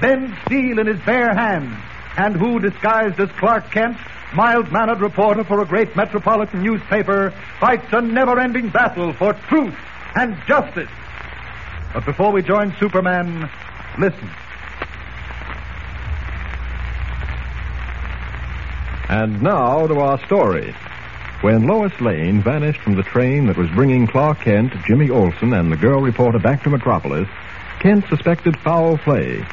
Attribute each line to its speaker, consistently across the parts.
Speaker 1: bend steel in his bare hands, and who, disguised as Clark Kent, mild-mannered reporter for a great metropolitan newspaper, fights a never-ending battle for truth and justice. But before we join Superman, listen.
Speaker 2: And now to our story. When Lois Lane vanished from the train that was bringing Clark Kent, Jimmy Olsen, and the girl reporter back to Metropolis, Kent suspected foul play.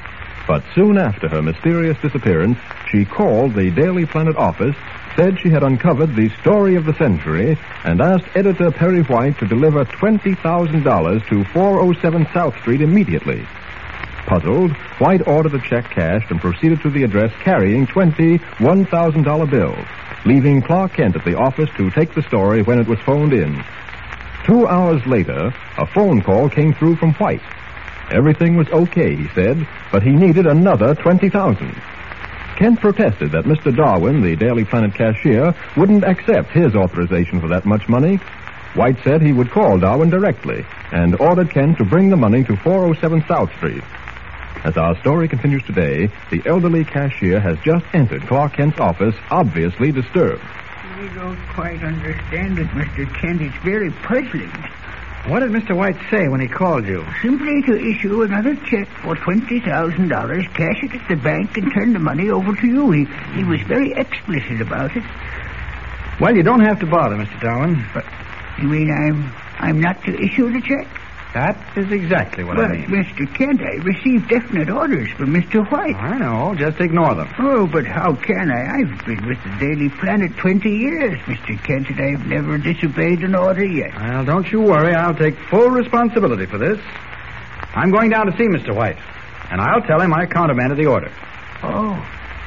Speaker 2: But soon after her mysterious disappearance, she called the Daily Planet office, said she had uncovered the story of the century, and asked editor Perry White to deliver $20,000 to 407 South Street immediately. Puzzled, White ordered the check cashed and proceeded to the address carrying 20 $1,000 bills, leaving Clark Kent at the office to take the story when it was phoned in. Two hours later, a phone call came through from White. Everything was okay, he said, but he needed another 20000 Kent protested that Mr. Darwin, the Daily Planet cashier, wouldn't accept his authorization for that much money. White said he would call Darwin directly and ordered Kent to bring the money to 407 South Street. As our story continues today, the elderly cashier has just entered Clark Kent's office, obviously disturbed.
Speaker 3: I don't quite understand it, Mr. Kent. It's very puzzling.
Speaker 1: What did Mr. White say when he called you?
Speaker 3: Simply to issue another check for $20,000, cash it at the bank, and turn the money over to you. He, he was very explicit about it.
Speaker 1: Well, you don't have to bother, Mr. Darwin. But
Speaker 3: You mean I'm, I'm not to issue the check?
Speaker 1: that is exactly what
Speaker 3: well,
Speaker 1: I mean.
Speaker 3: Mr. Kent, I received definite orders from Mr. White.
Speaker 1: I know. Just ignore them.
Speaker 3: Oh, but how can I? I've been with the Daily Planet 20 years, Mr. Kent, and I've never disobeyed an order yet.
Speaker 1: Well, don't you worry. I'll take full responsibility for this. I'm going down to see Mr. White, and I'll tell him I countermanded the order.
Speaker 3: Oh,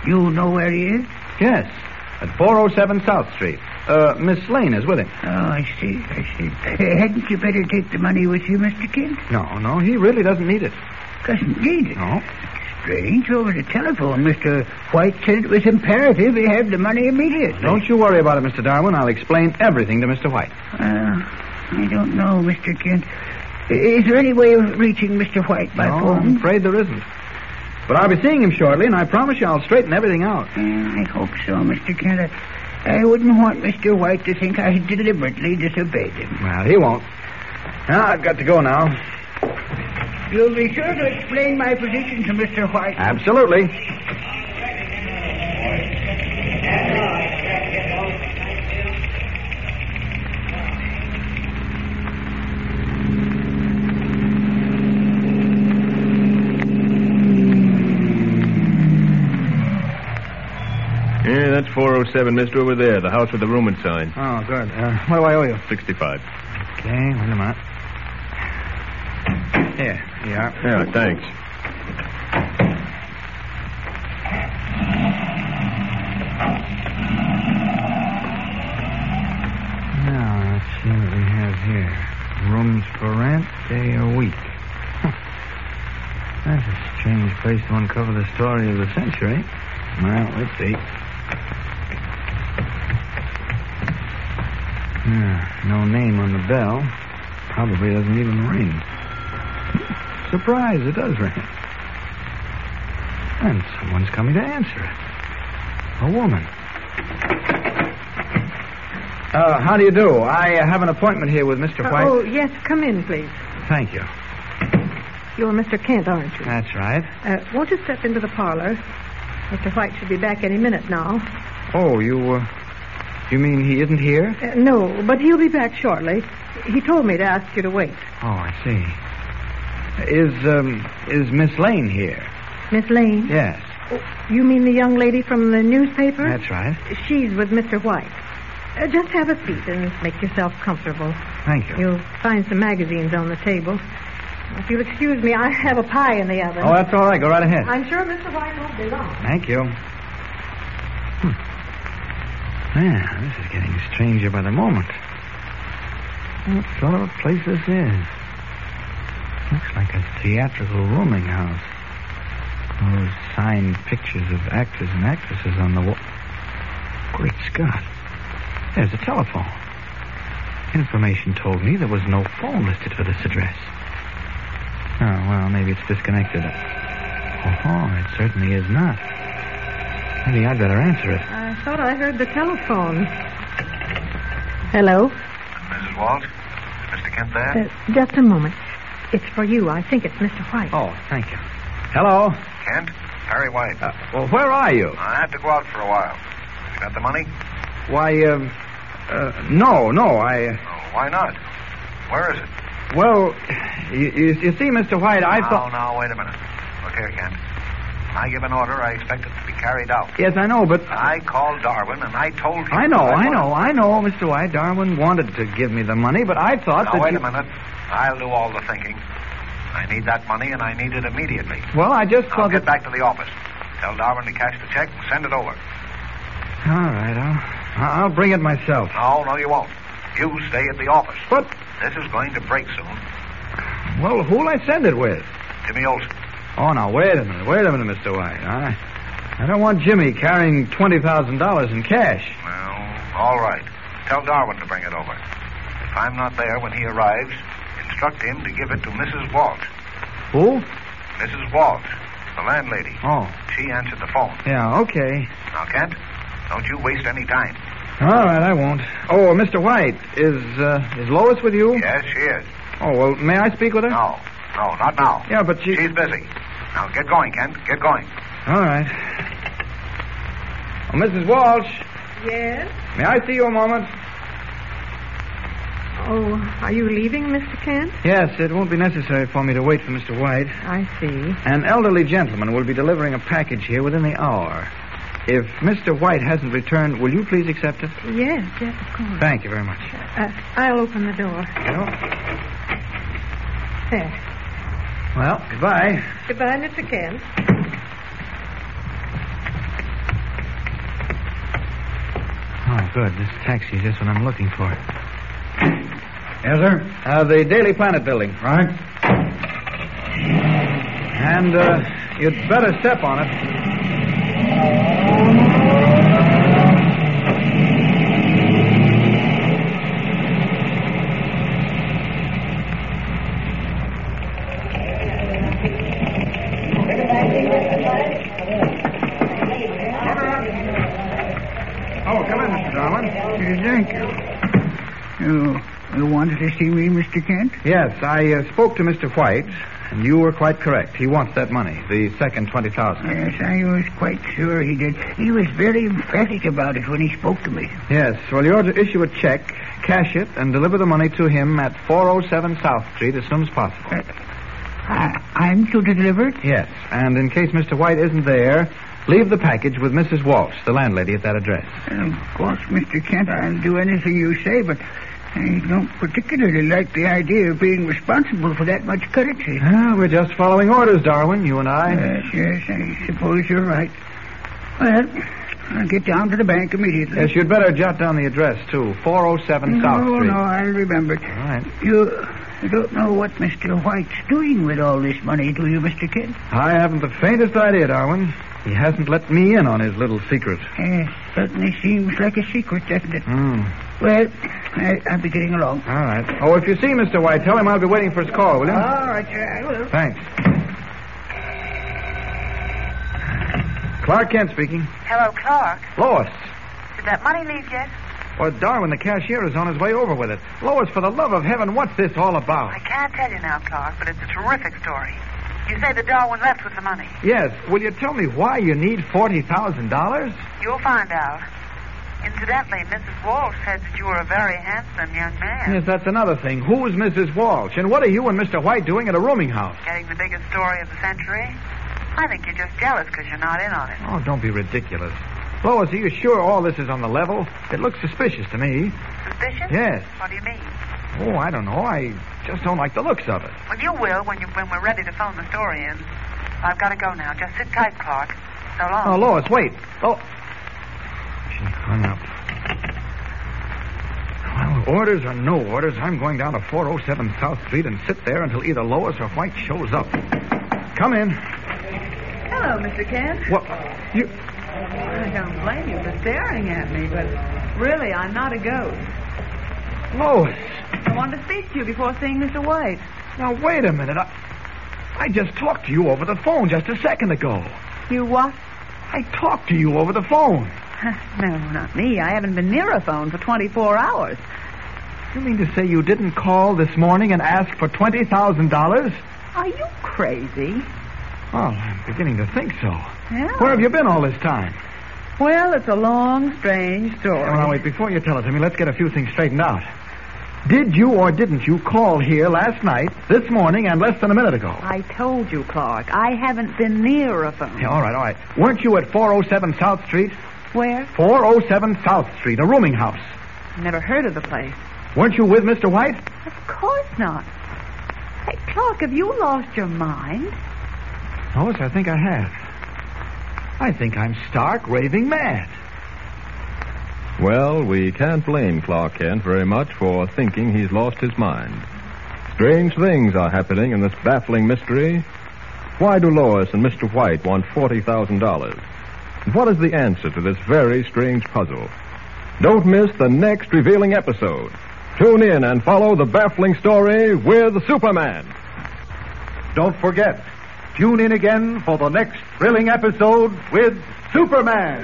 Speaker 3: you know where he is?
Speaker 1: Yes, at 407 South Street. Uh, Miss Lane is with him.
Speaker 3: Oh, I see, I see. Uh, Hadn't you better take the money with you, Mr. Kent?
Speaker 1: No, no, he really doesn't need it.
Speaker 3: Doesn't need it.
Speaker 1: No.
Speaker 3: Strange. Over the telephone, Mr. White said it was imperative he have the money immediately.
Speaker 1: Don't you worry about it, Mr. Darwin. I'll explain everything to Mr. White.
Speaker 3: Well, Ah, I don't know, Mr. Kent. I- Is there any way of reaching Mr. White by
Speaker 1: no, I'm
Speaker 3: phone?
Speaker 1: afraid there isn't. But I'll be seeing him shortly, and I promise you I'll straighten everything out.
Speaker 3: Yeah, Ah, I hope so, Mr. Kent. I, I wouldn't want Mr. White to think I deliberately disobeyed him.
Speaker 1: Well, he won't. Now, Ah, I've got to go now.
Speaker 3: You'll be sure to explain my position to Mr.
Speaker 1: Ah,
Speaker 3: White.
Speaker 1: Absolutely.
Speaker 2: Yeah, that's 407, mister, over there, the house with the room sign.
Speaker 1: Oh, good. Uh, what do I owe you?
Speaker 2: 65.
Speaker 1: Okay, wait a minute. Here, yeah.
Speaker 2: Yeah, thanks.
Speaker 1: Now, Ah, see what we have here. Rooms for rent, day a week. Huh. That's a strange place to uncover the story of the century. Well, let's see. Yeah, no name on the bell. Probably doesn't even ring. Surprise, it does ring. And someone's coming to answer it. A woman. Uh, how do you do? I uh, have an appointment here with Mr. White.
Speaker 4: Oh, yes, come in, please.
Speaker 1: Thank you.
Speaker 4: You're Mr. Kent, aren't you?
Speaker 1: That's right.
Speaker 4: Uh, won't you step into the parlor? Mr. White should be back any minute now.
Speaker 1: Oh, you, uh, you mean he isn't here?
Speaker 4: Uh, no, but he'll be back shortly. He told me to ask you to wait.
Speaker 1: Oh, I see. Is, um, is Miss Lane here?
Speaker 4: Miss Lane?
Speaker 1: Yes.
Speaker 4: Oh, You mean the young lady from the newspaper?
Speaker 1: That's right.
Speaker 4: She's with Mr. White. Uh, just have a seat and make yourself comfortable.
Speaker 1: Thank you.
Speaker 4: You'll find some magazines on the table. If you'll excuse me, I have a pie in the oven.
Speaker 1: Oh, that's all right. Go right ahead.
Speaker 4: I'm sure Mr. White won't be long.
Speaker 1: Thank you. Hmm. Man, this is getting stranger by the moment. What sort of a place this is? Looks like a theatrical rooming house. All Those signed pictures of actors and actresses on the wall. Great Scott. There's a telephone. Information told me there was no phone listed for this address. Oh, well, maybe it's disconnected. Oh, it certainly is not. Maybe I'd better answer it.
Speaker 4: I thought I heard the telephone. Hello?
Speaker 5: Mrs. Walt? Is Mr. Kent there?
Speaker 4: Uh, just a moment. It's for you. I think it's Mr. White.
Speaker 1: Oh, thank you. Hello?
Speaker 5: Kent? Harry White.
Speaker 1: Uh, well, where are you?
Speaker 5: I had to go out for a while. You got the money?
Speaker 1: Why, um, uh, no, no, I. uh,
Speaker 5: Oh, why not? Where is it?
Speaker 1: Well, you, you, you see, Mr. White, I
Speaker 5: now,
Speaker 1: thought.
Speaker 5: now, wait a minute. Look here, Kent. When I give an order, I expect it to be carried out.
Speaker 1: Yes, I know, but.
Speaker 5: I called Darwin, and I told him...
Speaker 1: I know,
Speaker 5: that
Speaker 1: I
Speaker 5: wanted-
Speaker 1: know, I know, Mr. White. Darwin wanted to give me the money, but I thought that.
Speaker 5: Now, wait
Speaker 1: you-
Speaker 5: a minute. I'll do all the thinking. I need that money, and I need it immediately.
Speaker 1: Well, I just
Speaker 5: I'll
Speaker 1: thought that.
Speaker 5: get back to the office. Tell Darwin to cash the check and send it over.
Speaker 1: All right, I'll, I'll bring it myself.
Speaker 5: No, no, you won't. You stay at the office.
Speaker 1: But,
Speaker 5: This is going to break soon.
Speaker 1: well, who'll I send it with?
Speaker 5: Jimmy Olsen.
Speaker 1: Oh, now, wait a minute, wait a minute, Mr. White. I, I don't want Jimmy carrying $20,000 in cash.
Speaker 5: Well, all right. Tell Darwin to bring it over. If I'm not there when he arrives, instruct him to give it to Mrs. Walt.
Speaker 1: Who?
Speaker 5: Mrs. Walt, the landlady.
Speaker 1: Oh,
Speaker 5: She answered the phone.
Speaker 1: yeah, okay.
Speaker 5: Now, Kent, don't you waste any time.
Speaker 1: All right, I won't. Oh, Mr. White, is uh, is Lois with you?
Speaker 5: Yes, she is.
Speaker 1: Oh well, may I speak with her?
Speaker 5: No, no, not now.
Speaker 1: Yeah, but she.
Speaker 5: She's busy. Now, get going, Kent. Get going.
Speaker 1: All right. Oh, Mrs. Walsh,
Speaker 4: Yes?
Speaker 1: may I see you a moment?
Speaker 4: Oh, are you leaving, Mr. Kent?
Speaker 1: Yes, it won't be necessary for me to wait for Mr. White.
Speaker 4: I see.
Speaker 1: An elderly gentleman will be delivering a package here within the hour. If Mr. White hasn't returned, will you please accept it?
Speaker 4: Yes, yes, of course.
Speaker 1: Thank you very much.
Speaker 4: Uh, I'll open the door. There.
Speaker 1: Well, goodbye.
Speaker 4: Goodbye, Mr. Kent.
Speaker 1: Oh, good. This taxi is just what I'm looking for. Yes, sir? Uh, the Daily Planet building. Right. And uh, you'd better step on it.
Speaker 6: Oh, come in, Mr. Darwin.
Speaker 3: Thank you. You, you wanted to see me, Mr. Kent?
Speaker 1: Yes, I uh, spoke to Mr. White, and you were quite correct. He wants that money, the second 20000
Speaker 3: Yes, I was quite sure he did. He was very emphatic about it when he spoke to me.
Speaker 1: Yes, well, you're to issue a check, cash it, and deliver the money to him at 407 South Street as soon as possible.
Speaker 3: Uh, I, I'm to deliver it?
Speaker 1: Yes, and in case Mr. White isn't there, leave the package with Mrs. Walsh, the landlady at that address.
Speaker 3: Of course, Mr. Kent, I'll do anything you say, but I don't particularly like the idea of being responsible for that much currency.
Speaker 1: Ah, we're just following orders, Darwin, you and I.
Speaker 3: Yes, yes, I suppose you're right. Well, I'll get down to the bank immediately.
Speaker 1: Yes, you'd better jot down the address, too. 407
Speaker 3: no,
Speaker 1: South Street.
Speaker 3: No, I'll remember it. All
Speaker 1: right.
Speaker 3: You you don't know what Mr. White's doing with all this money, do you, Mr. Kent?
Speaker 1: I haven't the faintest idea, Darwin. He hasn't let me in on his little secret.
Speaker 3: Yes, certainly seems like a secret, doesn't it?
Speaker 1: Hmm.
Speaker 3: Well, I, I'll be getting along.
Speaker 1: All right. Oh, if you see Mr. White, tell him I'll be waiting for his call, will you?
Speaker 3: All right, sir, I will.
Speaker 1: Thanks. Clark Kent speaking.
Speaker 4: Hello, Clark.
Speaker 1: Lois.
Speaker 4: Did that money leave yet?
Speaker 1: Well, Darwin, the cashier is on his way over with it. Lois, for the love of heaven, what's this all about?
Speaker 4: I can't tell you now, Clark, but it's a terrific story. You say that Darwin left with the money.
Speaker 1: Yes, will you tell me why you need $40,000?
Speaker 4: You'll find out. Incidentally, Mrs. Walsh said that you were a very handsome young man.
Speaker 1: Yes, that's another thing. Who's Mrs. Walsh, and what are you and Mr. White doing at a rooming house?
Speaker 4: Getting the biggest story of the century? I think you're just jealous because you're not in on it.
Speaker 1: Oh, don't be ridiculous. Lois, are you sure all this is on the level? It looks suspicious to me.
Speaker 4: Suspicious?
Speaker 1: Yes.
Speaker 4: What do you mean?
Speaker 1: Oh, I don't know. I just don't like the looks of it.
Speaker 4: Well, you will when you when we're ready to phone the story in. I've got to go now. Just sit tight, Clark. So long.
Speaker 1: Oh, Lois, wait. Oh. She hung up. Well, orders or no orders, I'm going down to 407 South Street and sit there until either Lois or White shows up. Come in.
Speaker 4: Hello, Mr. Kent.
Speaker 1: What? You.
Speaker 4: I don't blame you for staring at me, but really, I'm not a ghost.
Speaker 1: Lois.
Speaker 4: I wanted to speak to you before seeing Mr. White.
Speaker 1: Now, wait a minute. I, I just talked to you over the phone just a second ago.
Speaker 4: You what?
Speaker 1: I talked to you over the phone.
Speaker 4: no, not me. I haven't been near a phone for 24 hours.
Speaker 1: You mean to say you didn't call this morning and ask for $20,000?
Speaker 4: Are you crazy?
Speaker 1: Well, I'm beginning to think so.
Speaker 4: Yeah.
Speaker 1: Where have you been all this time?
Speaker 4: Well, it's a long, strange story.
Speaker 1: Well, now, wait, before you tell it to me, let's get a few things straightened out. Did you or didn't you call here last night, this morning, and less than a minute ago?
Speaker 4: I told you, Clark, I haven't been near a phone.
Speaker 1: Yeah, all right, all right. Weren't you at 407 South Street?
Speaker 4: Where?
Speaker 1: 407 South Street, a rooming house.
Speaker 4: Never heard of the place.
Speaker 1: Weren't you with Mr. White?
Speaker 4: Of course not. Hey, Clark, have you lost your mind?
Speaker 1: Lois, I think I have. I think I'm stark raving mad.
Speaker 2: Well, we can't blame Clark Kent very much for thinking he's lost his mind. Strange things are happening in this baffling mystery. Why do Lois and Mr. White want $40,000? And What is the answer to this very strange puzzle? Don't miss the next revealing episode. Tune in and follow the baffling story with Superman.
Speaker 7: Don't forget, tune in again for the next thrilling episode with Superman.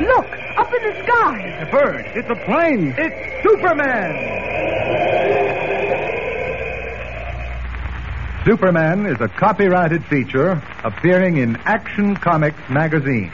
Speaker 8: Look, up in the sky.
Speaker 7: It's a bird. It's a plane. It's Superman. Superman is a copyrighted feature appearing in Action Comics magazine.